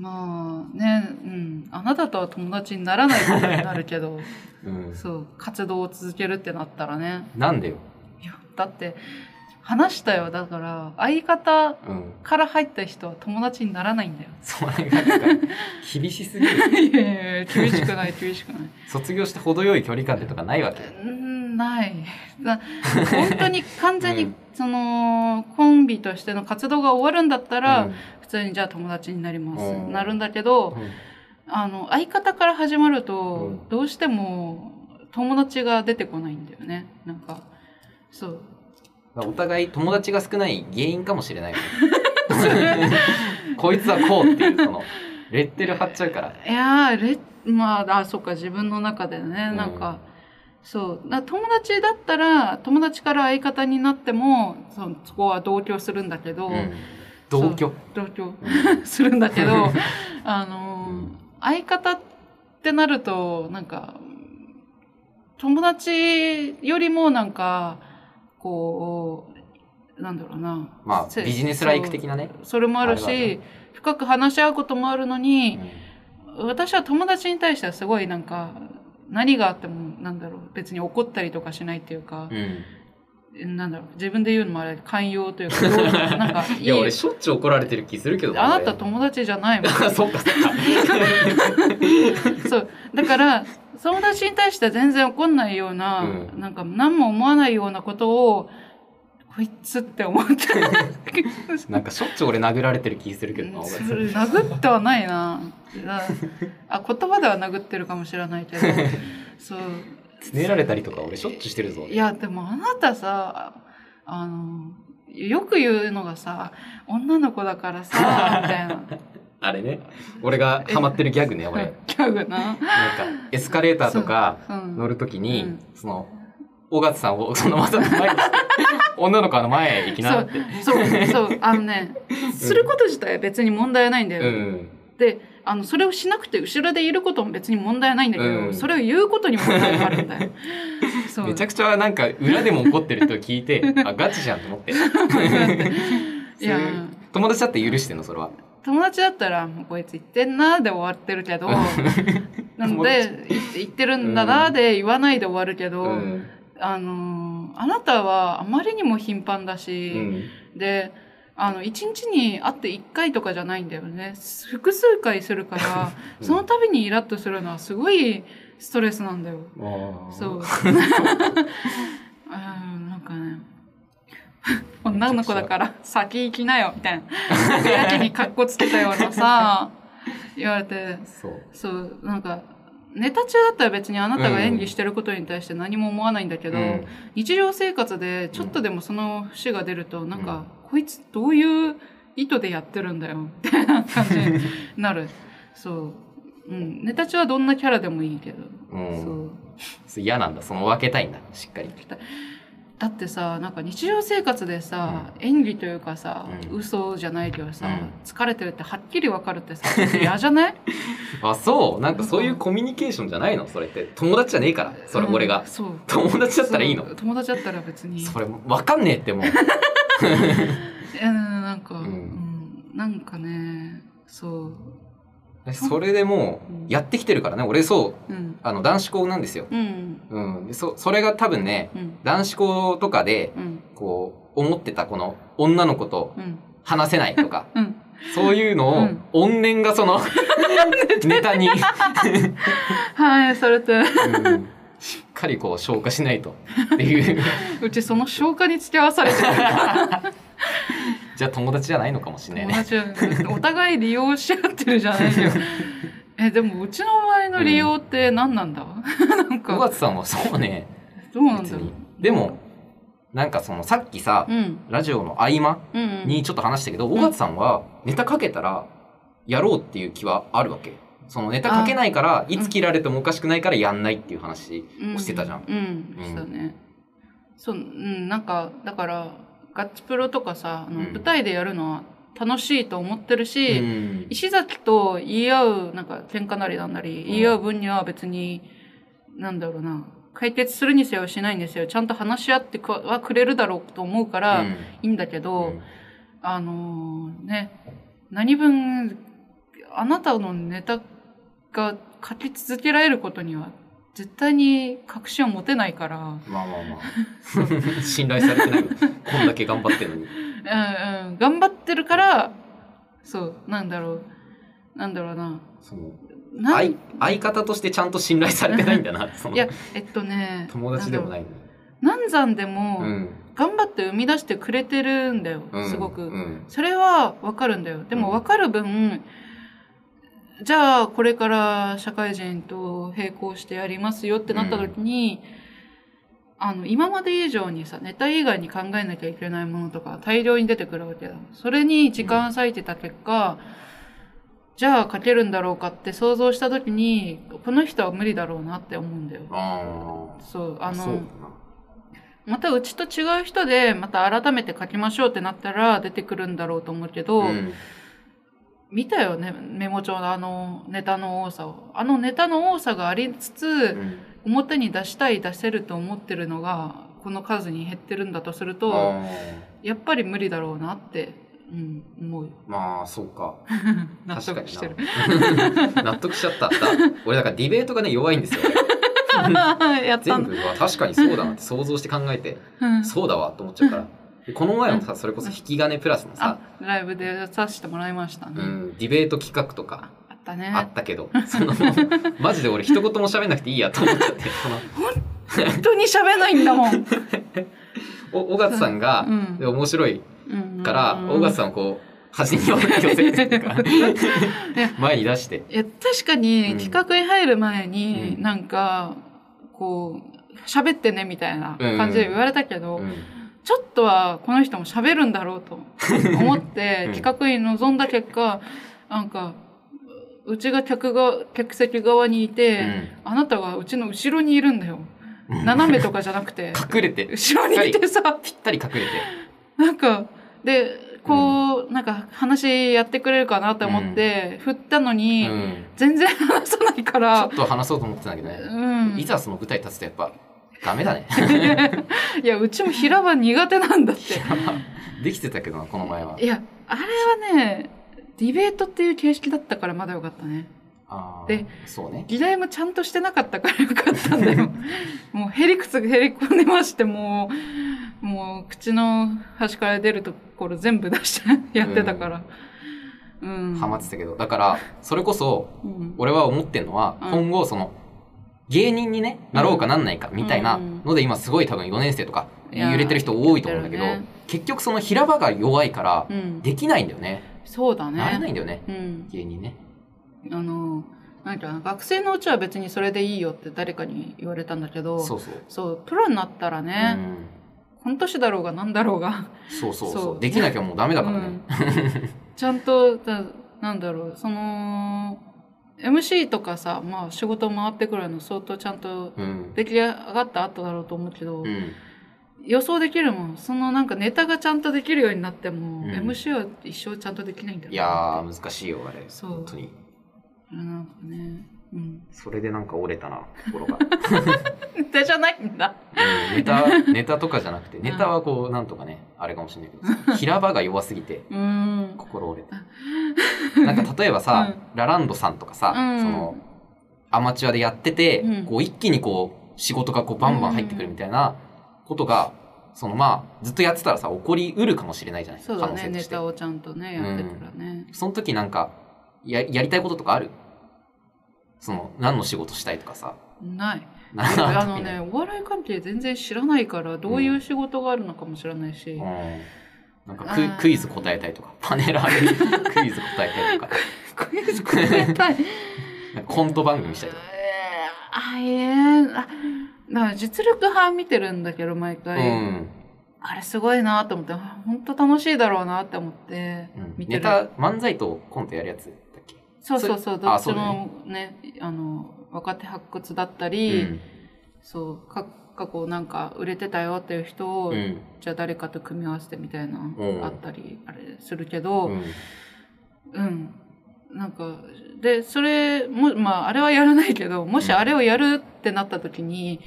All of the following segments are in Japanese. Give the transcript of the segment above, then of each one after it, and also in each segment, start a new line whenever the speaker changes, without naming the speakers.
まあね、うん、あなたとは友達にならないことになるけど
うん、
そう活動を続けるってなったらね
なんでよ、
いやだって話したよだから相方
うん、
から入った人は友達にならないんだよ
それがなんか厳しすぎる
いやいやいや厳しくない厳しくない
卒業して程よい距離感でとかないわけ
うんないだ本当に完全
う
に
ん
そのコンビとしての活動が終わるんだったら、
うん
普通にじゃあ友達になります、
うん
なるんだけど、
うん
あの相方から始まると、
うん
どうしても友達が出てこないんだよねなんかそう
お互い友達が少ない原因かもしれないよね こいつはこうっていうそのレッテル貼っちゃうから
いやーレまああそっか自分の中でねなんか、
うん
そうだ友達だったら友達から相方になってもそそこは同居するんだけど、
うん同居
同居
うん
するんだけ どあのー
うん
相方ってなるとなんか友達よりもなんかこうなんだろうな
まあ
せ
ビジネスライク的なね
そうそれもあるし
あれだよ
深く話し合うこともあるの
う
に、
ん
私は友達に対してはすごいなんか何があってもなんだろう別に怒ったりとかしないっていうか、
うん
なんだろう自分で言うのもあれ寛容というか なんかいい
いや俺しょっちゅう怒られてる気するけど
あなた
と
友達じゃないもん
そっかそっか
そうだから友達に対して全然怒んないような、
う
なんか何も思わないようなことをこいつって思 って
なんかしょっちゅう俺殴られてる気するけどな俺
それ殴ってはないなだあ言葉では殴ってるかもしれないけどそう
つねられたりとか俺しょっちゅうしてるぞ
いやでもあなたさあのよく言うのがさ女の子だからさみ たいな
あれね俺がハマってるギャグね 俺
ギャグな、
なんかエスカレーターとか
うん、
乗るときに、
うん
その尾形さんをそ のまま前にして女の子の前へ行きなって
そうそうあのねすること自体は別に問題はないんだ
う
よ、
ん
であのそれをしなくて後ろでいることも別に問題はないんだけど、
うん
それを言うことに問題があるん だよそう
めちゃくちゃなんか裏でも怒ってると聞い てあガチじゃんと思って
いや
そういう友達だって許してんのそれは
友達だったら「もうこいつ言ってんな」で終わってる けどなので「い言ってるんだな」で言わないで終わるけ
う
ど、
ん
あのーあなたはあまりにも頻繁だ
う
し、
ん
であの1日に会って1回とかじゃないんだよね複数回するから
うん
その度にイラッとするのはすごいストレスなんだよ。そう うんなんかね 女の子だから先行きなよみたいなやけに格好つけたようなさ言われて
そう
そうなんかネタ中だったら別にあなたが演技してることに対して何も思わないんだけ
う
ど、
ん
日常生活でちょっとでもその節が出ると、なんか、こいつどういう意図でやってるんだよ、みたいな感じにな る。そう。うん。ネタ中はどんなキャラでもいいけど。
うん
そう。
そう嫌なんだその分けたいんだしっかり
だってさ、なんか日常生活でさ、演技というかさ、
うん
嘘じゃないけどさ、
うん
疲れてるってはっきりわかるってさ、ちょっと嫌じゃない
あそうなんかそういうコミュニケーションじゃないのそれって友達じゃねえから それ俺
う
が
ん、そう。
友達だったらいいの
そう友達だったら別に。
それ分かんねえってもう
えーなんか、
う
うんん、なんかね、そう。
それでもうやってきてるからね俺そう
うん。
あの男子校なんですよ。
うん。
うん、でそそれが多分ね
うん。
男子校とかで
うん。
こう思ってたこの女の子と
うん。
話せない とか
うん。
そういうのを
うん
怨念が そのネタに、
はい、それて、
うんしっかりこう消化しないとっていう
うちその消化に付き合わされてる
じゃあ友達じゃないのかもしれない
友
ね。
達なんでお互い利用し合ってるじゃないけど。え、でもうちの場合の利用って何なんだ、なん
小
か、
松さんはそうね
どうなん
別
だろう
に。でもなんかそのさっきさ、
うん。
ラジオの合間
うん、うん。
にちょっと話したけど尾形さんはネタかけたらやろうっていう気はあるわけそのネタかけないからいつ切られてもおかしくないからやんないっていう話をしてたじゃん。
うん。
うん
そうね。そう、うん、なんか、だから、ガッチプロとかさ、あの
うん
舞台でやるのは楽しいと思ってる
う
し、
ん
石崎と言い合う、なんか喧嘩なりなんなり、
ん
言い合う分には別に、なんだろうな、解決するにせよしないにせよ、ちゃんと話し合ってくはくれるだろうと思うから、
うん
いいんだけど、
うん
あのーね、何分、あなたのネタが書き続けられることには絶対に確信を持てないから、
まあまあまあ 信頼されてないこんだけ頑張ってるのに
うんうん、頑張ってるからそうなんだろうなんだろうな
その
なん
相相方としてちゃんと信頼されてないんだなその
いやえっとね
友達でも
い
ないのに
難産でも、
うん
頑張って生み出してくれてるんだよ、
うん
すごく、
うん
それはわかるんだよでもわかる分、じゃあこれから社会人と並行してやりますよってなった時に、あの今まで以上にさネタ以外に考えなきゃいけないものとか大量に出てくるわけだそれに時間割いてた結果、じゃあ書けるんだろうかって想像した時にこの人は無理だろうなって思うんだよ
あ
そう
あ
あの
そうだ
またうちと違う人でまた改めて書きましょうってなったら出てくるんだろうと思うけど、
なうん
見たよねメモ帳のあのネタの多さをあのネタの多さがありつつ
うん
表に出したい出せると思ってるのがこの数に減ってるんだとする
あ
と
ー
やっぱり無理だろうなって、うん、思うよ
まあそうか
納
確か
得
に
してる
な 納得しちゃっただ俺だからディベートがね弱いんです よ
やった
全
んだ
部は確かにそうだなって想像して考えて
うん
そうだわと思っちゃうからでこの前もさそれこそ引き金プラスの
あ
さ、
ライブでさせてもらいましたね、
うん、ディベート企画とか
あったね
あったけどそ のマジで俺一言も喋んなくていいやと思っちゃってその
本当に喋んないんだもん、
お尾形さんが
う、ん
で面白い
うん
から、
うん
尾形さんをこう端に寄せてっていうか前に出して
いや確か
う
に
ん
企画に入る前に、
うん
なんかこう喋ってねみたいな感じで言われたけど、
うん
ちょっとはこの人も喋るんだろうと思って
うん
企画に臨んだ結果なんかうちが客が客席側にいて、あなたがうちの後ろにいるんだよ
うん
斜めとかじゃなくて
隠れて
後ろにいてさ
ぴったり隠れて
なんか、で、こう、なんか話やってくれるかなって思って、振ったのに、
うん
全然話さないか
ちょっ
ら、
と話そうと思ってたんだけど
う
ね、
ん。
いざその舞台立つとやっぱダメだね
いや、うちも平場苦手なんだって。
できてたけどなこの前はい
や、あれはね、ディベートっていう形式だったからまだよかったね。
あー
で
そうね
議題もちゃんとしてなかったからよかったんだ よ。もうへりくつへり込んでまして、もう、もう口の端から出るところ全部出してやってたから。うん。
ハマってたけどだからそれこそ
うん
俺は思ってんのは、
うん
今後その芸人にねなろうかなんないかみたいなので、今すごい多分4年生とか
いやー
揺れてる人多いと思うんだけど、
揺れてるね
結局その平場が弱いから
うん。
できないんだよね、
そうだね。
なれないんだよね
うん、
芸人ね
あのなんか学生のうちは別にそれでいいよって誰かに言われたんだけど
そうそう、
そうプロになったら
う
ね、
ん
この年だろうが何だろうが
そうそうそう
そう
できなきゃもうダメだからね、
うんちゃんとだなんだろうその MC とかさ、まあ、仕事回ってくるの相当ちゃんと
うん
出来上がった後だろうと思うけど、
うん
予想できるもんそのなんかネタがちゃんとできるようになっても、
うん
MC は一生ちゃんとできないんだよ
いやー難しいよあれ
そう
本当に
あれなんかね、うん、
それでなんか折れた な心が、
ネタじゃないんだ
うんネタネタとかじゃなくてネタはこうなんとかねあれかもしれないけど平場が弱すぎて
うん
心折れたなんか例えばさ、ラランドさんとかさ、
うん
そのアマチュアでやってて、
うん
こう一気にこう仕事がこうバンバン入ってくるみたいなことが、そのまあずっとやってたらさ起こりうるかもしれないじゃない
そうだ
可能
ね
性と
ネ
して
タをちゃんとねやってたらね、
その時なんかややりたいこととかあるその何の仕事したいとかさ
ない
何
あの ねお笑い関係全然知らないからどういう仕事があるのかも知らない し、
うん、なんか
あ
クイ
ー
クイズ答えたいとかパネラーで クイズ答えたいとか
クイズ答えたい
なんかコント番組したいとか
あいえーあだから実力派見てるんだけど毎
う
回、
ん
あれすごいなと思って本当楽しいだろうなって思って
うん
見て
ネ
る、
タ漫才とコントやるやつだっけ、
そうそうそう
それ
ど
あ
っちもねあの若手発掘だったり、
うん
そうか過去なんか売れてたよっていう人を
うん
じゃあ誰かと組み合わせてみたいな
うん
あったりあれするけど
う、ん
うん、なんかでそれもまああれはやらないけどもしあれをやるってなった時に、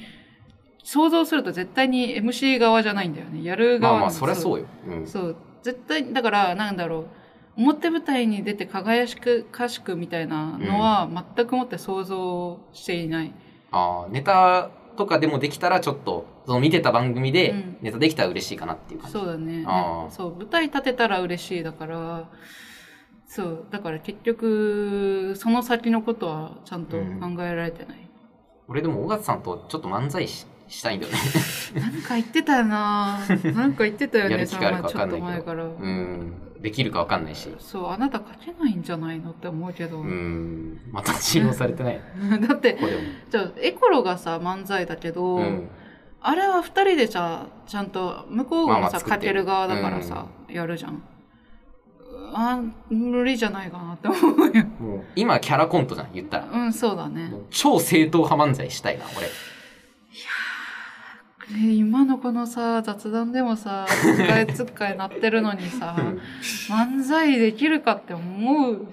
想像すると絶対に MC 側じゃないんだよねやる
ま
側
あま
なん
あ
です
そりゃそうよ、うん
そう絶対だからなんだろう表舞台に出て輝くかしくみたいなのは全くもって想像していない。
あーネタとかでもできたらちょっとその見てた番組で
うん
ネタできたら嬉しいかなっていう感じ、
そうだね
あー
そう舞台立てたら嬉しいだからそうだから結局その先のことはちゃんと考えられてない、
俺でも尾形さんとちょっと漫才ししたいんだよ ね
なんか言ってたよ ななんか言ってたよ
やる
ね
気があるか
その前ちょっと
わ
前
かんないけど
から、
うんできるかわかんないし
そうあなた書けないんじゃないのって思うけど、
うんまた信用されてない
だって
ここでも
じゃあエコロがさ漫才だけど、
うん
あれは2人でじゃあちゃんと向こう
ま
が
あま
さ
あ作
か
って
け
る
る側だからさ、やるじゃんあ無理じゃないかなって思うよ
もう今キャラコントじゃん言ったら
うんそうだね
もう超正統派漫才したいな俺
えー今のこのさ雑談でもさつっかえつっかえなってるのにさ漫才できるかって思う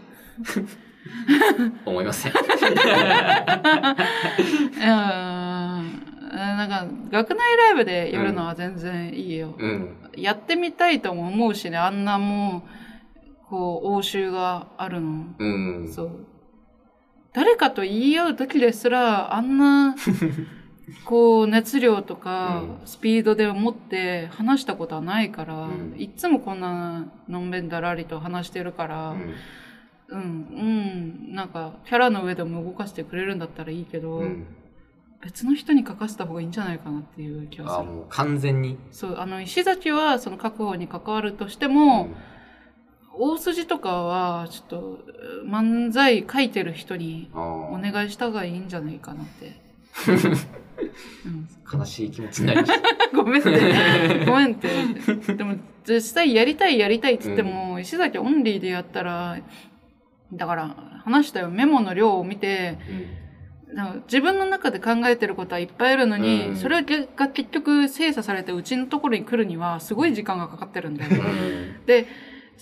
思いません
うんなんか学内ライブでやるのは全然いいよ、
うん
やってみたいとも思うしねあんなもうこう応酬があるの
うん
そう誰かと言い合う時ですらあん なこう熱量とかスピードで持って話したことはないから、
うん
いっつもこんなのんべんだらりと話してるから、
う
うんう
ん
んなんかキャラの上でも動かしてくれるんだったらいいけど、
うん
別の人に書かせた方がいいんじゃないかなっていう気が
あ
す
ー
る。
もう完全に
そうあの石崎はその確保に関わるとしても、大筋とかはちょっとうー漫才書いてる人にお
お
願いした方がいいんじゃないかな って。うん、
悲しい気持ちになりました
ごめんって。ごめんって。でも、実際やりたいやりたいって言っても、石崎オンリーでやったら、だから、話したよ。メモの量を見て、だから自分の中で考えてることはいっぱいあるのに、
うん
それが結局精査されてうちのところに来るには、すごい時間がかかってるんだよね。
うん
で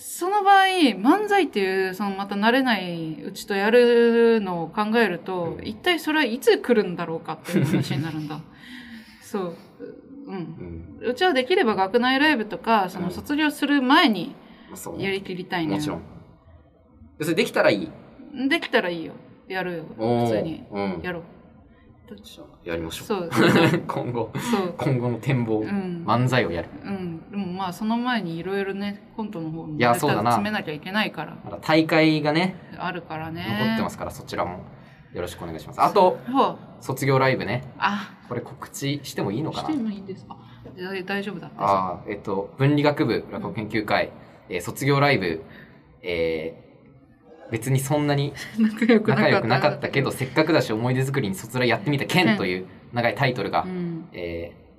その場合漫才っていうそのまた慣れないうちとやるのを考えると、
うん
一体それはいつ来るんだろうかっていう話になるん だそううん
うん
うちはできれば学内ライブとかその卒業する前に
まあそう
や
ね
りきりたいね、
もちろんそれできたらいい
できたらいいよやるよ
おー
普通に
うん
やろう
やりましょう
そう
今後
そう
今後の展望
うん
漫才をやる
うん、でもまあその前にいろいろねコントの方も
いやそうだな
詰めなきゃいけないから
まだ大会がね
あるからね
残ってますすからそちらもよろしくお願いしますあと
そう
卒業ライブね
あ
これ告知してもいいのか
して
な
もいいんですか大大丈夫だった
あーえっと文理学部落語研究会、えー卒業ライブえー別にそんなに
仲良くなかった
仲良くなかったけどせっかくだし思い出作りに卒論やってみた
う
件
ん
という長いタイトルが、
うん
えー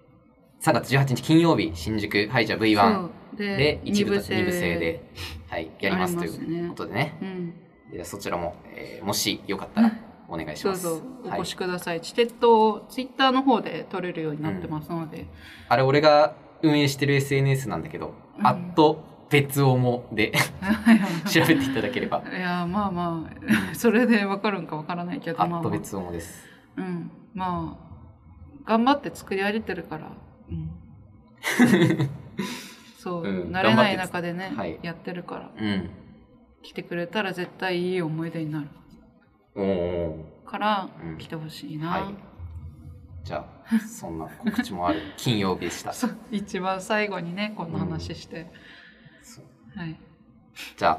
3月18日金曜日新宿ハイジャ V1
そうで
で一
二
部
部
と
制
二部制で、はい、やりますと
あ
い
りますね
うことでね
うん、
でそちらも、えーもしよかったらお願いし
ど
ま
う
す、
ぞお
はい
越し、ください、チケットをツイッターの方で取れるようになってますので、
あれ俺が運営してる SNS なんだけど「
うん
あっと別おも」で 調べていただければ
いやまあまあ それで分かるんか分からないけ
「
ど
あ
まあ
っ
ま
と
あ、
別おも」です
うん、まあ頑張って作り上げてるから、うん、 そう、
うん
慣れない中でね、
頑張ってつはい
やってるから
うん
来てくれたら絶対いい思い出になる
おーおー
から
うん
来てほしいな、
はいじゃあそんな告知も ある金曜日でした
そう一番最後にねこんな話して、
そう
はい
じゃ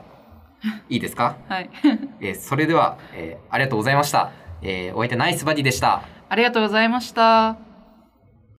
あいいですか、
はい
えーそれでは、えーありがとうございました、えーお相手ナイスバディでした
ありがとうございました